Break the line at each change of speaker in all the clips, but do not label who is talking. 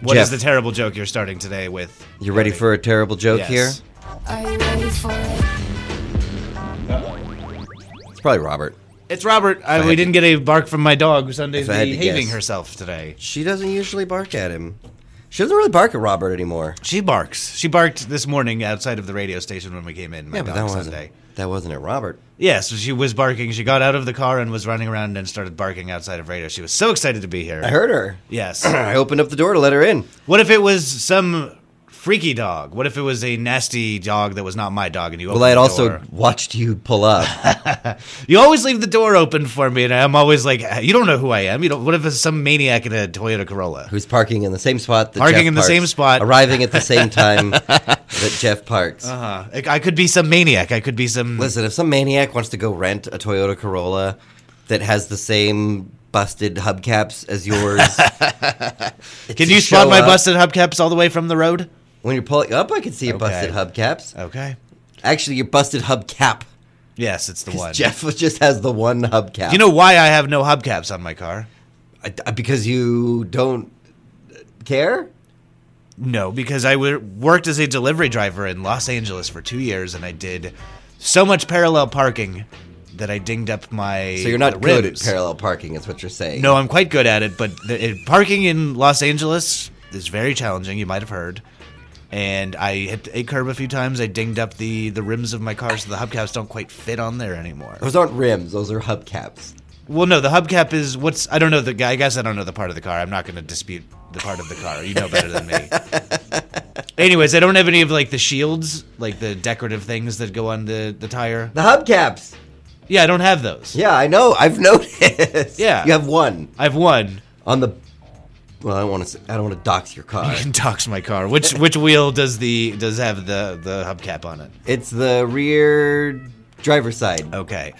What is
Jeff.
the terrible joke you're starting today with?
You ready for a terrible joke
Yes.
here?
Are you ready for it?
It's probably Robert.
It's Robert. I,
had
we
to-
didn't get a bark from my dog. Sunday's
If I had to
behaving
guess.
herself today.
She doesn't usually bark at him. She doesn't really bark at Robert anymore.
She barks. She barked this morning outside of the radio station when we came in. My
yeah, but
dog
that wasn't
Sunday.
that wasn't at Robert.
Yes, she was barking. She got out of the car and was running around and started barking outside of radio. She was so excited to be here.
I heard her.
Yes.
I opened up the door to let her in.
what if it was some freaky dog? What if it was a nasty dog that was not my dog and you opened
Well, I had
the
also
door?
watched you pull up.
You always leave the door open for me, and I'm always like, you don't know who I am. You don't, what if it's some maniac in a Toyota Corolla?
who's parking in the same spot that
Parking
Jeff
in the
parks,
same spot.
arriving at the same time that Jeff parks.
Uh, I I could be some maniac. I could be some.
Listen, if some maniac wants to go rent a Toyota Corolla that has the same busted hubcaps as yours,
Can
to
you spot
show
my
up-
busted hubcaps all the way from the road?
when you're pulling up, I can see your
Okay.
busted hubcaps.
Okay.
Actually, your busted hubcap.
Yes, it's the
'Cause
one.
Jeff just has the one hubcap.
Do you know why I have no hubcaps on my car?
I- I- because you don't care.
No, because I wor- worked as a delivery driver in Los Angeles for two years, and I did so much parallel parking that I dinged up my.
So you're not
rims.
good at parallel parking, is what you're saying.
No, I'm quite good at it, but the, it, parking in Los Angeles is very challenging. You might have heard. And I hit a curb a few times. I dinged up the, the rims of my car, so the hubcaps don't quite fit on there anymore.
those aren't rims; those are hubcaps.
Well, no, the hubcap is what's. I don't know the guy. I guess I don't know the part of the car. I'm not going to dispute the part of the car. You know better than me. Anyways, I don't have any of like the shields, like the decorative things that go on the the tire.
The hubcaps.
Yeah, I don't have those.
Yeah, I know. I've noticed.
Yeah.
you have one
I have one.
on the. Well, I don't want to. I don't want to dox your car.
You can dox my car. Which which wheel does the does have the the hubcap on it?
it's the rear driver's side.
Okay.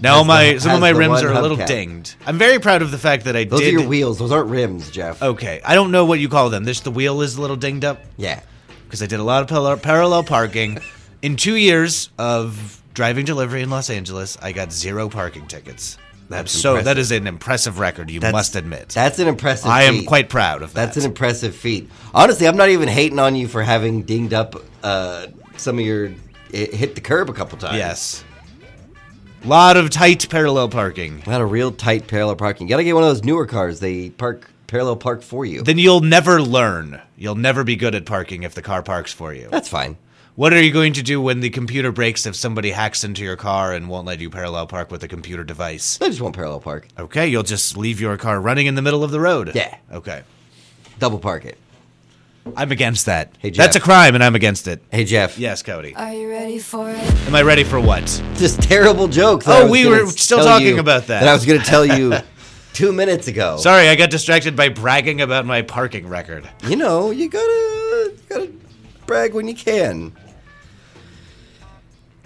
Now
Has
my
the-
some of
has
my
the
rims
one
are a little
hubcap.
dinged. I'm very proud of the fact that I
Those
did. Oh.
are your wheels. Those aren't rims, Jeff.
okay, I don't know what you call them. This the wheel is a little dinged up.
Yeah.
because I did a lot of par- parallel parking. in two years of driving delivery in Los Angeles, I got zero parking tickets. That's
That's
so. That
impressive.
is an impressive record. You
That's-
must admit.
That's an impressive.
I am
feat.
quite proud of that.
That's an impressive feat. Honestly, I'm not even hating on you for having dinged up uh, some of your it hit the curb a couple times.
yes. Lot of tight parallel parking.
Not a real tight parallel parking. You gotta get one of those newer cars. They park parallel park for you.
Then you'll never learn. You'll never be good at parking if the car parks for you.
That's fine.
What are you going to do when the computer breaks if somebody hacks into your car and won't let you parallel park with a computer device?
I just want parallel park.
Okay, you'll just leave your car running in the middle of the road.
Yeah.
Okay.
Double park it.
I'm against that.
Hey, Jeff.
That's a crime, and I'm against it.
Hey Jeff.
Yes, Cody.
Are you ready for it?
Am I ready for what?
This terrible joke. that
Oh,
I was
we
gonna
were still
tell
talking
you-
about that.
That I was gonna tell you two minutes ago.
Sorry, I got distracted by bragging about my parking record.
You know, you gotta you gotta brag when you can.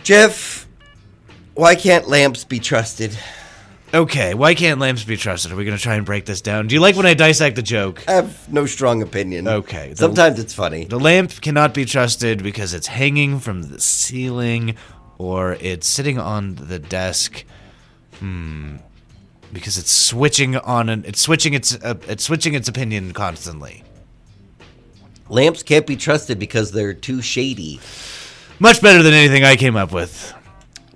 Jeff, why can't lamps be trusted?
Okay, why can't lamps be trusted? Are we going to try and break this down? Do you like when I dissect the joke?
I have no strong opinion.
Okay, the-
Sometimes it's funny.
The lamp cannot be trusted because it's hanging from the ceiling or it's sitting on the desk. Hmm. Because it's switching on and it's switching its uh, it's switching its opinion constantly.
Lamps can't be trusted because they're too shady.
Much better than anything I came up with.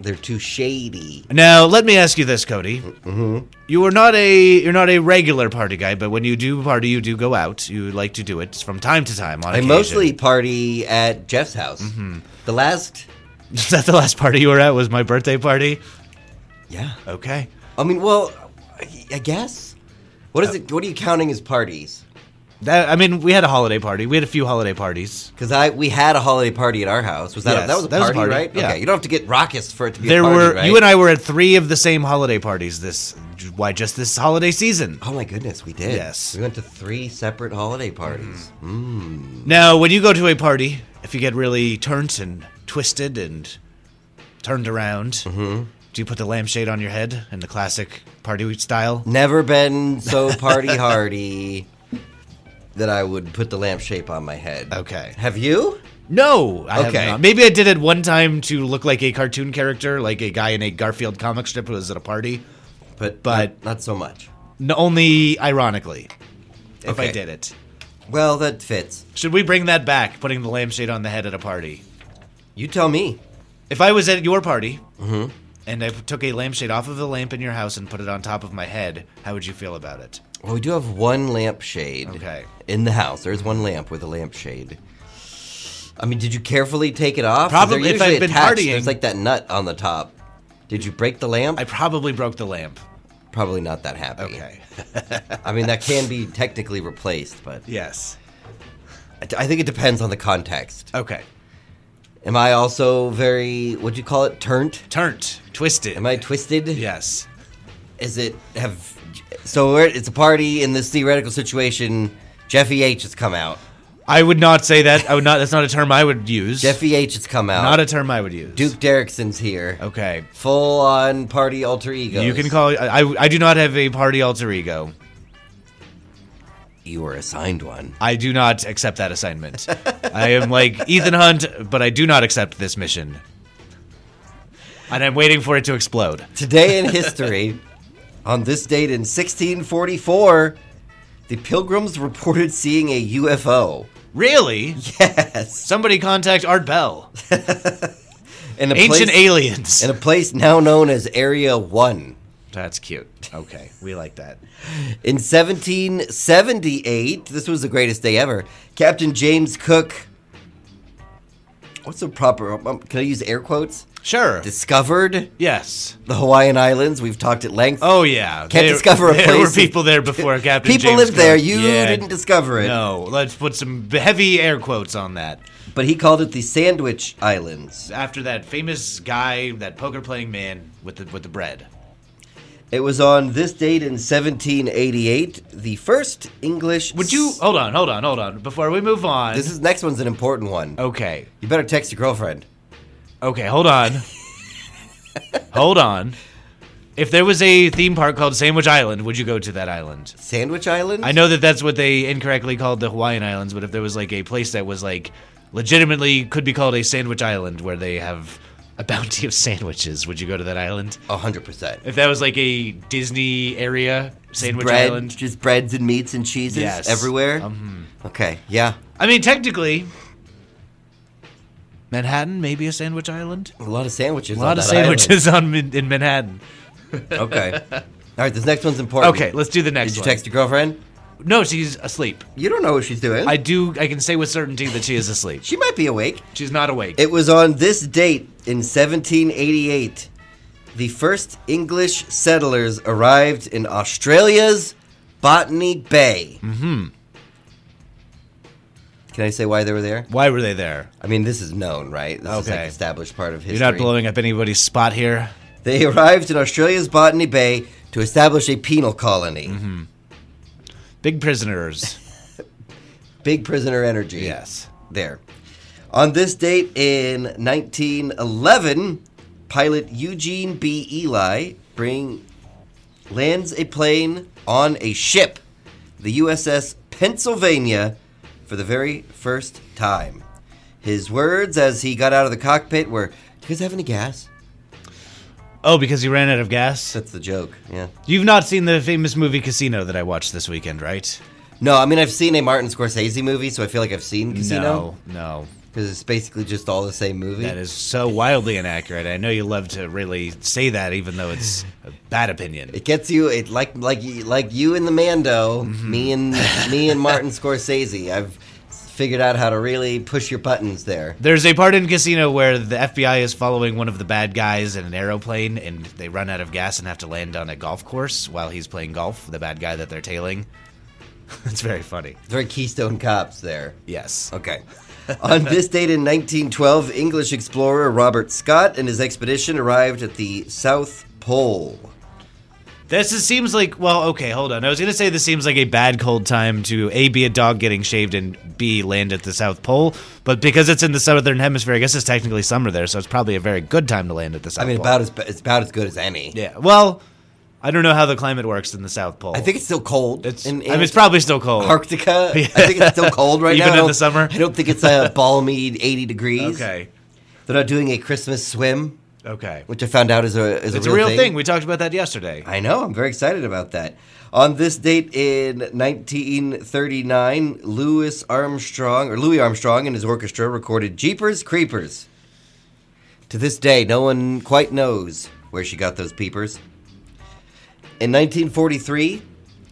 They're too shady.
Now, let me ask you this, Cody. Mm-hmm. You are not a you're not a regular party guy, but when you do party, you do go out. You like to do it from time to time. On
I
occasion.
mostly party at Jeff's house.
Mm-hmm.
The last,
is that the last party you were at was my birthday party.
yeah.
Okay,
I mean, well, I I guess. What
Uh,
is it? What are you counting as parties?
that I mean, we had a holiday party. We had a few holiday parties.
Because I we had a holiday party at our house. Was that
Yes,
a, that was a
that was a
party,
party,
right?
yeah.
Okay, you don't have to get raucous for it to be
There
a party,
were
right?
you and I were at three of the same holiday parties. This why just this holiday season.
Oh my goodness, we did.
Yes. Mm-hmm.
we went to three separate holiday parties.
Now, when you go to a party, if you get really turned and twisted and turned around,
Mm-hmm.
do you put the lampshade on your head in the classic party style?
Never been so party hardy that I would put the lampshade on my head.
Okay.
Have you?
No, I have
Okay.
not. Maybe I did it one time to look like a cartoon character, like a guy in a Garfield comic strip who was at a party.
But
But-
not, not so much.
N- only ironically, if I
Okay.
did it.
Well, that fits.
Should we bring that back, putting the lampshade on the head at a party?
You tell me.
If I was at your party
Mm-hmm.
and I took a lampshade off of the lamp in your house and put it on top of my head, how would you feel about it?
Well, we do have one lampshade
Okay.
in the house. There's one lamp with a lampshade. I mean, did you carefully take it off?
Probably,
They're
if I've
usually
been
attached.
partying-
There's like that nut on the top. Did you break the lamp?
I probably broke the lamp.
Probably not that happy.
Okay.
I mean, that can be technically replaced, but
yes.
I I think it depends on the context.
Okay.
Am I also very, what'd you call it, turnt?
Turned. Twisted.
Am I twisted?
Yes.
Is it, have, so we're, it's a party in this theoretical situation. Jeffy H has come out.
I would not say that. I would not. That's not a term I would use.
Jeffy H has come out.
Not a term I would use.
Duke Derrickson's here.
Okay.
Full on party alter ego.
You can call. I, I do not have a party alter ego.
You were assigned one.
I do not accept that assignment. I am like Ethan Hunt, but I do not accept this mission. And I'm waiting for it to explode.
Today in history, on this date in 1644, the pilgrims reported seeing a UFO.
Really?
Yes.
Somebody contact Art Bell.
In a
Ancient
place,
aliens.
in a place now known as Area 1.
That's cute. Okay, we like that.
In 1778, this was the greatest day ever. Captain James Cook What's the proper um, can I use air quotes?
Sure.
Discovered
Yes.
the Hawaiian Islands. We've talked at length.
Oh yeah.
Can't discover a
there
place.
were people there before Captain.
People
James
lived
Cook.
there. You
Yeah.
didn't discover it.
No. Let's put some heavy air quotes on that.
But he called it the Sandwich Islands.
After that famous guy, that poker playing man with the with the bread.
It was on this date in 1788, the first English.
Would you
s-
hold on, hold on, hold on. Before we move on.
This is next one's an important one.
Okay.
You better text your girlfriend.
Okay, hold on. hold on. If there was a theme park called Sandwich Island, would you go to that island?
Sandwich Islands.
I know that that's what they incorrectly called the Hawaiian Islands, but if there was like a place that was like legitimately could be called a sandwich island where they have a bounty of sandwiches, would you go to that island?
hundred percent.
If that was like a Disney area sandwich
Bread,
island.
just breads and meats and cheeses
Yes.
everywhere.
Mhm.
Okay, yeah.
I mean, technically, Manhattan maybe a sandwich island.
A lot of sandwiches.
A lot
on
of
that island.
sandwiches on Min- in Manhattan.
okay. All right, this next one's important.
Okay, let's do the next
Did you
one.
text your girlfriend?
No, she's asleep.
You don't know what she's doing.
I do. I can say with certainty that she is asleep.
she might be awake.
She's not awake.
It was on this date in 1788 the first English settlers arrived in Australia's Botany Bay. Mm-hmm. Can I say why they were there?
Why were they there?
I mean, this is known, right? This is like
Okay.
established part of history.
You're not blowing up anybody's spot here.
They arrived in Australia's Botany Bay to establish a penal colony.
Big prisoners.
Big prisoner energy.
yes.
There. On this date in 1911, pilot Eugene B. Eli bring lands a plane on a ship, the USS Pennsylvania, for the very first time. His words as he got out of the cockpit were, "Do you guys have any gas?"
Oh, because you ran out of gas.
That's the joke. Yeah.
You've not seen the famous movie Casino that I watched this weekend, right?
No, I mean I've seen a Martin Scorsese movie, so I feel like I've seen Casino
No, no.
because it's basically just all the same movie.
That is so wildly inaccurate. I know you love to really say that, even though it's a bad opinion.
It gets you it like like you- like you and the Mando,
Mm-hmm.
me and me and Martin Scorsese. I've figured out how to really push your buttons there.
There's a part in Casino where the FBI is following one of the bad guys in an aeroplane, and they run out of gas and have to land on a golf course while he's playing golf. The bad guy that they're tailing. it's very funny.
Very Keystone Cops there.
Yes.
Okay. On this date in 1912, English explorer Robert Scott and his expedition arrived at the South Pole.
This is, seems like well, okay, hold on. I was gonna say this seems like a bad cold time to a be a dog getting shaved and b land at the South Pole, but because it's in the southern hemisphere, I guess it's technically summer there, so it's probably a very good time to land at the South.
I mean,
Pole.
about as it's about as good as any.
yeah. Well, I don't know how the climate works in the South Pole.
I think it's still cold.
it's.
in-
I mean,
in-
it's probably still cold.
Arctica. I think it's still cold right
Even
now. I
in the
don't-
summer?
I don't think it's a balmy 80 degrees.
okay.
They're not doing a Christmas swim.
Okay.
which I found out is a is
It's a real thing. We talked about that yesterday.
I know. I'm very excited about that. On this date in 1939, Louis Armstrong or Louis Armstrong and his orchestra recorded "Jeepers Creepers." To this day, no one quite knows where she got those peepers. In 1943,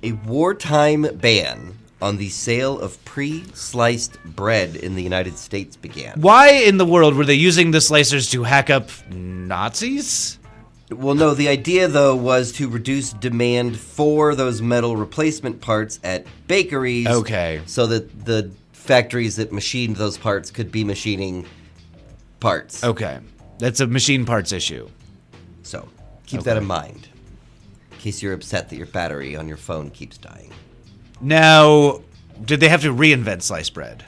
a wartime ban on the sale of pre-sliced bread in the United States began.
Why in the world were they using the slicers to hack up Nazis?
Well, no, the idea though was to reduce demand for those metal replacement parts at bakeries.
Okay.
So that the factories that machined those parts could be machining parts.
Okay. That's a machine parts issue.
So keep that in mind in case you're upset that your battery on your phone keeps dying.
Now, did they have to reinvent sliced bread?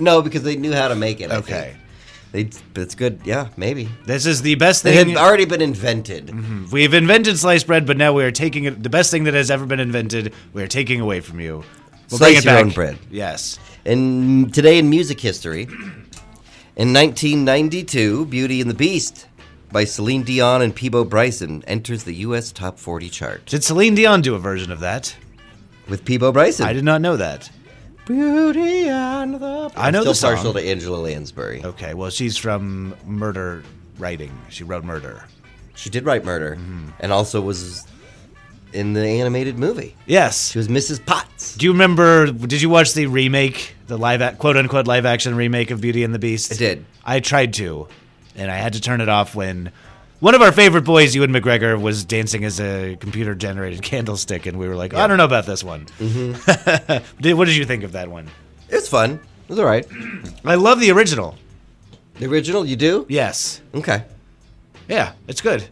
no, because they knew how to make it. I
Okay.
think. They, it's good. Yeah, maybe.
This is the best
They
thing.
had already been invented.
We've invented sliced bread, but now we are taking it. The best thing that has ever been invented, we are taking away from you. We'll
Slice
bring it
your
back.
own bread.
Yes.
And today in music history, in 1992, Beauty and the Beast by Celine Dion and Peebo Bryson enters the U.S. Top 40 chart.
Did Celine Dion do a version of that?
With Peebo Bryson.
I did not know that.
Beauty and the
I know
Still
the song. Oh.
partial to Angela Lansbury.
Okay, well, she's from murder writing. She wrote murder.
She did write Murder
Mm-hmm.
and also was in the animated movie.
Yes.
She was Mrs. Potts.
Do you remember? Did you watch the remake, the live, ac- quote unquote, live action remake of Beauty and the Beast?
I did.
I tried to, and I had to turn it off when one of our favorite boys, Ewan McGregor, was dancing as a computer generated candlestick, and we were like, I don't know about this one.
Mm-hmm.
Did- what did you think of that one?
It was fun. It was all right.
I love the original.
The original, you do?
Yes.
Okay.
Yeah, it's good.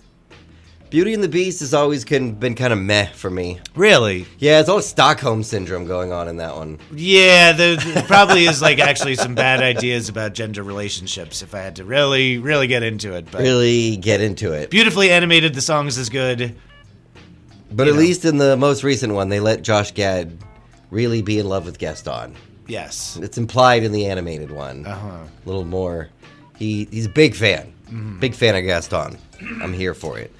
Beauty and the Beast has always can, been kind of meh for me.
Really?
Yeah, it's all Stockholm syndrome going on in that one.
Yeah, there, there probably is like actually some bad ideas about gender relationships if I had to really, really get into it. But
really get into it.
beautifully animated, the songs is good.
But
you
at
know.
least in the most recent one, they let Josh Gad really be in love with Gaston.
Yes.
It's implied in the animated one.
Uh-huh.
A little more. He he's a big fan.
Mm-hmm.
Big fan of Gaston. I'm here for it.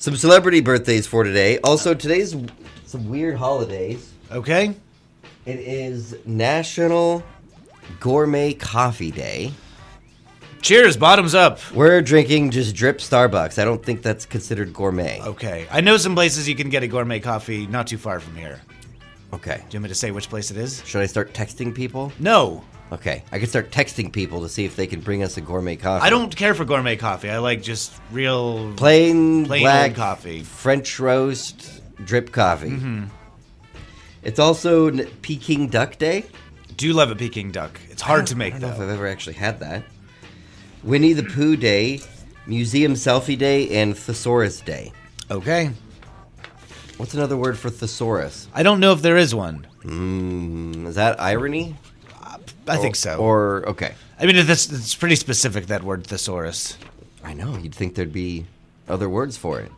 Some celebrity birthdays for today. Also, today's some weird holidays.
Okay.
It is National Gourmet Coffee Day.
Cheers. Bottoms up.
We're drinking just drip Starbucks. I don't think that's considered gourmet.
Okay. I know some places you can get a gourmet coffee not too far from here.
Okay.
Do you want me to say which place it is?
Should I start texting people?
No.
Okay, I can start texting people to see if they can bring us a gourmet coffee.
I don't care for gourmet coffee. I like just real.
plain,
Plain
black
old coffee. Mm-hmm.
French roast drip coffee. It's also n- Peking Duck Day.
Do love a Peking duck. It's hard to
I
make
don't know if I've
though.
ever actually had that. Winnie the Pooh Day, Museum Selfie Day, and Thesaurus Day.
Okay.
What's another word for thesaurus?
I don't know if there is one.
Mm, is that irony?
I think
Or-
so.
Or okay,
I mean, it's, it's pretty specific that word thesaurus.
I know. You'd think there'd be other words for it.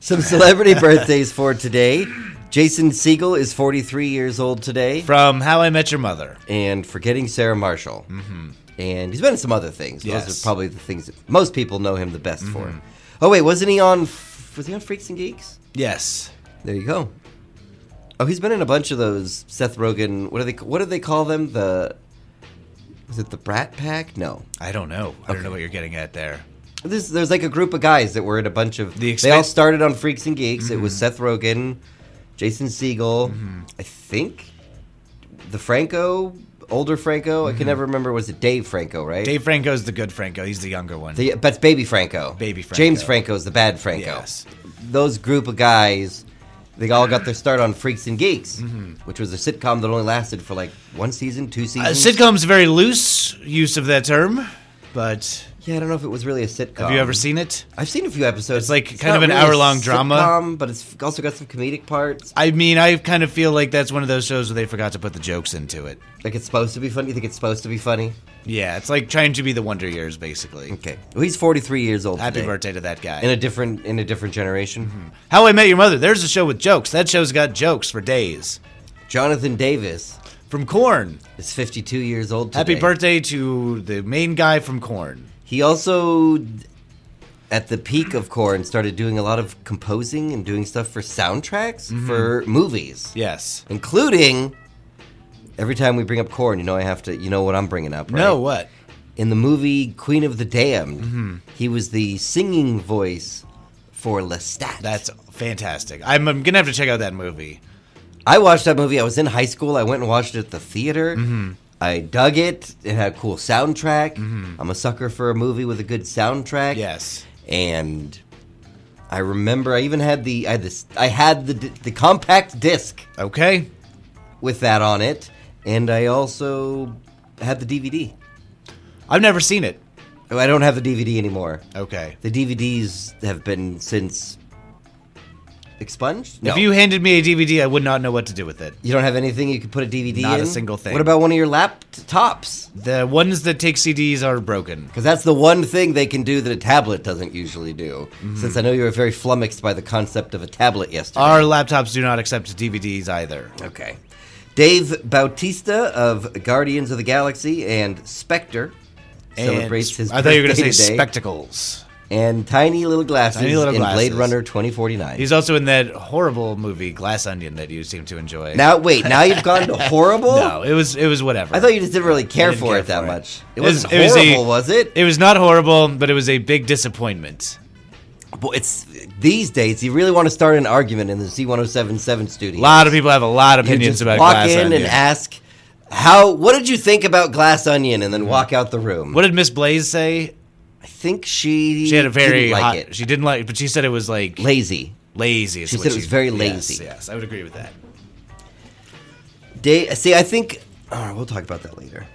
Some celebrity birthdays for today. Jason Siegel is 43 years old today,
From How I Met Your Mother.
and forgetting Sarah Marshall. Mm-hmm. And he's been in some other things. Those
Yes.
are probably the things that most people know him the best for. Oh wait, wasn't he on? F- Was he on Freaks and Geeks?
Yes.
There you go. Oh, he's been in a bunch of those. Seth Rogen. What are they? What do they call them? The was it the Brat Pack? No,
I don't know. I don't know what you're getting at there.
This, there's like a group of guys that were in a bunch of.
The Mm-hmm.
they all
expen-
started on Freaks and Geeks. It was Seth Rogen, Jason Siegel,
Mm-hmm.
I think, the Franco, older Franco. I can never remember. Was it Dave Franco? Right.
Mm-hmm. Dave Franco's the good Franco. He's the younger one.
The, that's Baby Franco.
Baby Franco.
James Franco's the bad Franco.
Yes.
Those group of guys, they all got their start on Freaks and Geeks, which was a sitcom that only lasted for like one season, two
Uh,
seasons.
sitcom's Mm-hmm. a very loose use of that term, but
Yeah, I don't know if it was really a sitcom.
have you ever seen it?
I've seen a few episodes.
It's like kind of an
not a
hour-long drama.
sitcom, but it's also got some comedic parts.
I mean, I kind of feel like that's one of those shows where they forgot to put the jokes into it.
Like it's supposed to be funny. You think it's supposed to be funny?
Yeah, it's like trying to be the Wonder Years, basically.
Okay. Well, he's 43 years old.
Happy
today.
birthday Mm-hmm. to that guy.
In a different in a different generation.
How I Met Your Mother. There's a show with jokes. That show's got jokes for days.
Jonathan Davis
from Corn.
Is 52 years old today.
Happy birthday to the main guy from Corn.
He also, at the peak of Korn, started doing a lot of composing and doing stuff for soundtracks
Mm-hmm.
for movies,
Yes.
including. Every time we bring up Korn, you know I have to. You know what I'm bringing up, right?
No, what?
In the movie Queen of the Damned,
Mm-hmm.
he was the singing voice for Lestat.
That's fantastic. I'm, I'm gonna have to check out that movie.
I watched that movie. I was in high school. I went and watched it at the theater.
Mm-hmm.
I dug it. It had a cool soundtrack. I'm a sucker for a movie with a good soundtrack.
Mm-hmm. Yes.
And I remember I even had the I had this I had the di- the compact disc
Okay.
with that on it, and I also had the DVD.
I've never seen it.
Oh, I don't have the DVD anymore.
Okay.
The DVDs have been since expunged.
If you handed me a DVD, I would not know what to do with it.
You don't have anything you could put a DVD
Not
in?
a single thing.
What about one of your laptops?
The ones that take CDs are broken.
Because that's the one thing they can do that a tablet doesn't usually do.
Mm-hmm.
Since I know you were very flummoxed by the concept of a tablet yesterday.
Our laptops do not accept DVDs either.
okay. Dave Bautista of Guardians of the Galaxy and Spectre
And
celebrates his
I thought you were
birthday
gonna say
today.
spectacles.
And Tiny Little Glasses
Tiny Little
in Blade
Glasses.
Runner 2049.
He's also in that horrible movie Glass Onion that you seem to enjoy.
now, wait, now you've gone to horrible?
no, it was it was whatever.
I thought you just didn't really care
didn't
for
care
it that
for it.
much.
It
It
was-
wasn't
it was a-
horrible, was it?
it was not horrible, but it was a big disappointment.
Well, it's these days you really want to start an argument in the C1077 studio.
A lot of people have a lot of
you
opinions
just
about
walk
Glass
in
Onion.
and ask how what did you think about Glass Onion and then walk out the room.
Mm-hmm. what did Miss Blaze say?
I think she
She had a very
didn't like
hot,
it.
She didn't like, but she said it was like
Lazy.
lazy. is
She
what
said it was very
yes,
lazy.
yes, I would agree with that.
Dave, see, I think oh, we'll talk about that later.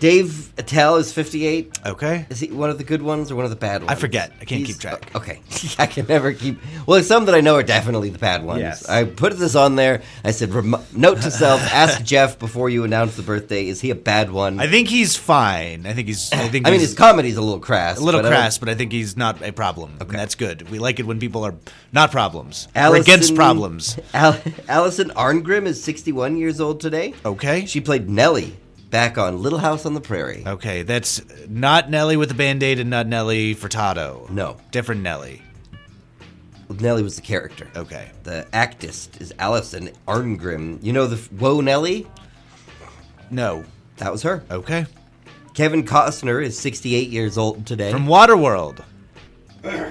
Dave Attell is 58.
Okay.
Is he one of the good ones or one of the bad ones? uh,
forget. I can't keep track.
Okay, I can never keep. Well, some that I know are definitely the bad ones.
Yes.
I put this on there. I said, rem- note to self: ask Jeff before you announce the birthday. Is he a bad one?
I think he's fine. I think he's. I think.
I mean,
he's
his comedy's a little crass.
a little
but I don't-
crass, but I think he's not a problem. Okay. that's good. We like it when people are not problems. We're
Allison-
against problems.
Al- Allison Arngrim is 61 years old today.
Okay.
She played Nellie back on Little House on the Prairie.
Okay, that's not Nelly with the band aid and not Nelly Furtado.
No.
Different Nelly.
Nellie was the character.
Okay.
The actress is Allison Arngrim. You know the f- Whoa Nellie?
No.
That was her.
Okay.
Kevin Costner is 68 years old today.
From Waterworld. He's,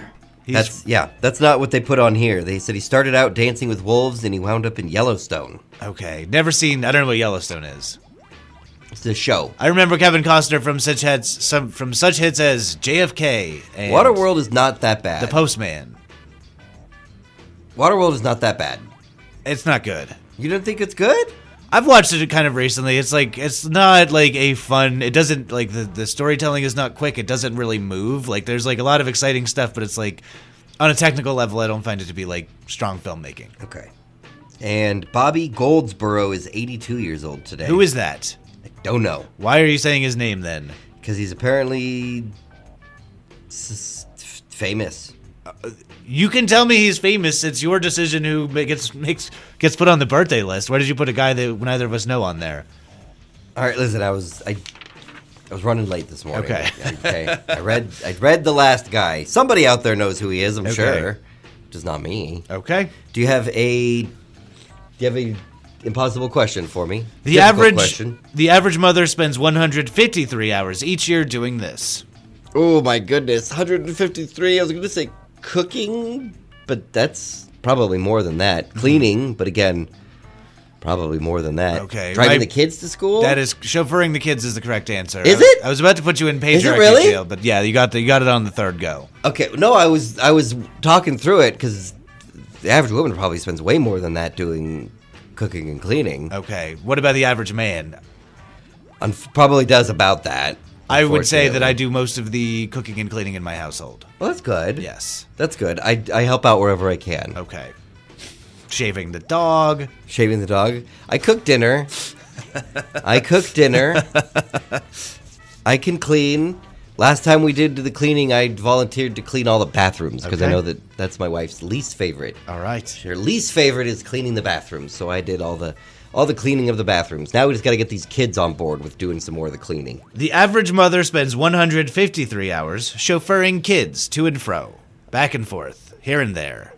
That's yeah. That's not what they put on here. They said he started out dancing with wolves and he wound up in Yellowstone.
okay. Never seen. I don't know what Yellowstone is.
It's a show.
I remember Kevin Costner from such hits some from such hits as JFK and
Waterworld is not that bad.
The Postman.
Waterworld is not that bad.
It's not good.
You don't think it's good?
I've watched it kind of recently. It's like it's not like a fun. It doesn't like the the storytelling is not quick. It doesn't really move. Like there's like a lot of exciting stuff, but it's like on a technical level, I don't find it to be like strong filmmaking.
Okay. And Bobby Goldsboro is 82 years old today.
Who is that?
I don't know
Why are you saying his name then?
because he's apparently s- s- famous.
You can tell me he's famous. It's your decision who ma- gets makes gets put on the birthday list. Why did you put a guy that neither of us know on there?
All right, listen. I was I, I was running late this morning.
Okay.
okay. I read I read the last guy. Somebody out there knows who he is. I'm
Okay.
sure. Just not me.
Okay.
Do you have a do you have a impossible question for me?
The
Difficult
average
question.
the average mother spends 153 hours each year doing this.
Oh my goodness, 153. I was going to say cooking, but that's probably more than that.
Mm-hmm.
Cleaning, but again, probably more than that.
Okay,
Driving
my-
the kids to school?
That is chauffeuring the kids is the correct answer.
Is
I-
it?
I was about to put you in pager
Is it really?
detail, but yeah, you got the, you got it on the third go.
Okay, no, I was I was talking through it cuz the average woman probably spends way more than that doing cooking and cleaning.
Okay. What about the average man?
Unf- probably does about that.
I would say that I
unfortunately.
do most of the cooking and cleaning in my household.
Well, that's good.
Yes.
That's good. I, I help out wherever I can.
Okay. Shaving the dog.
Shaving the dog. I cook dinner. I cook dinner. I can clean. Last time we did the cleaning, I volunteered to clean all the bathrooms because I
Okay.
know that that's my wife's least favorite.
All right.
Her least favorite is cleaning the bathrooms, so I did all the all the cleaning of the bathrooms. Now we just got to get these kids on board with doing some more of the cleaning.
The average mother spends 153 hours chauffeuring kids to and fro, back and forth, here and there,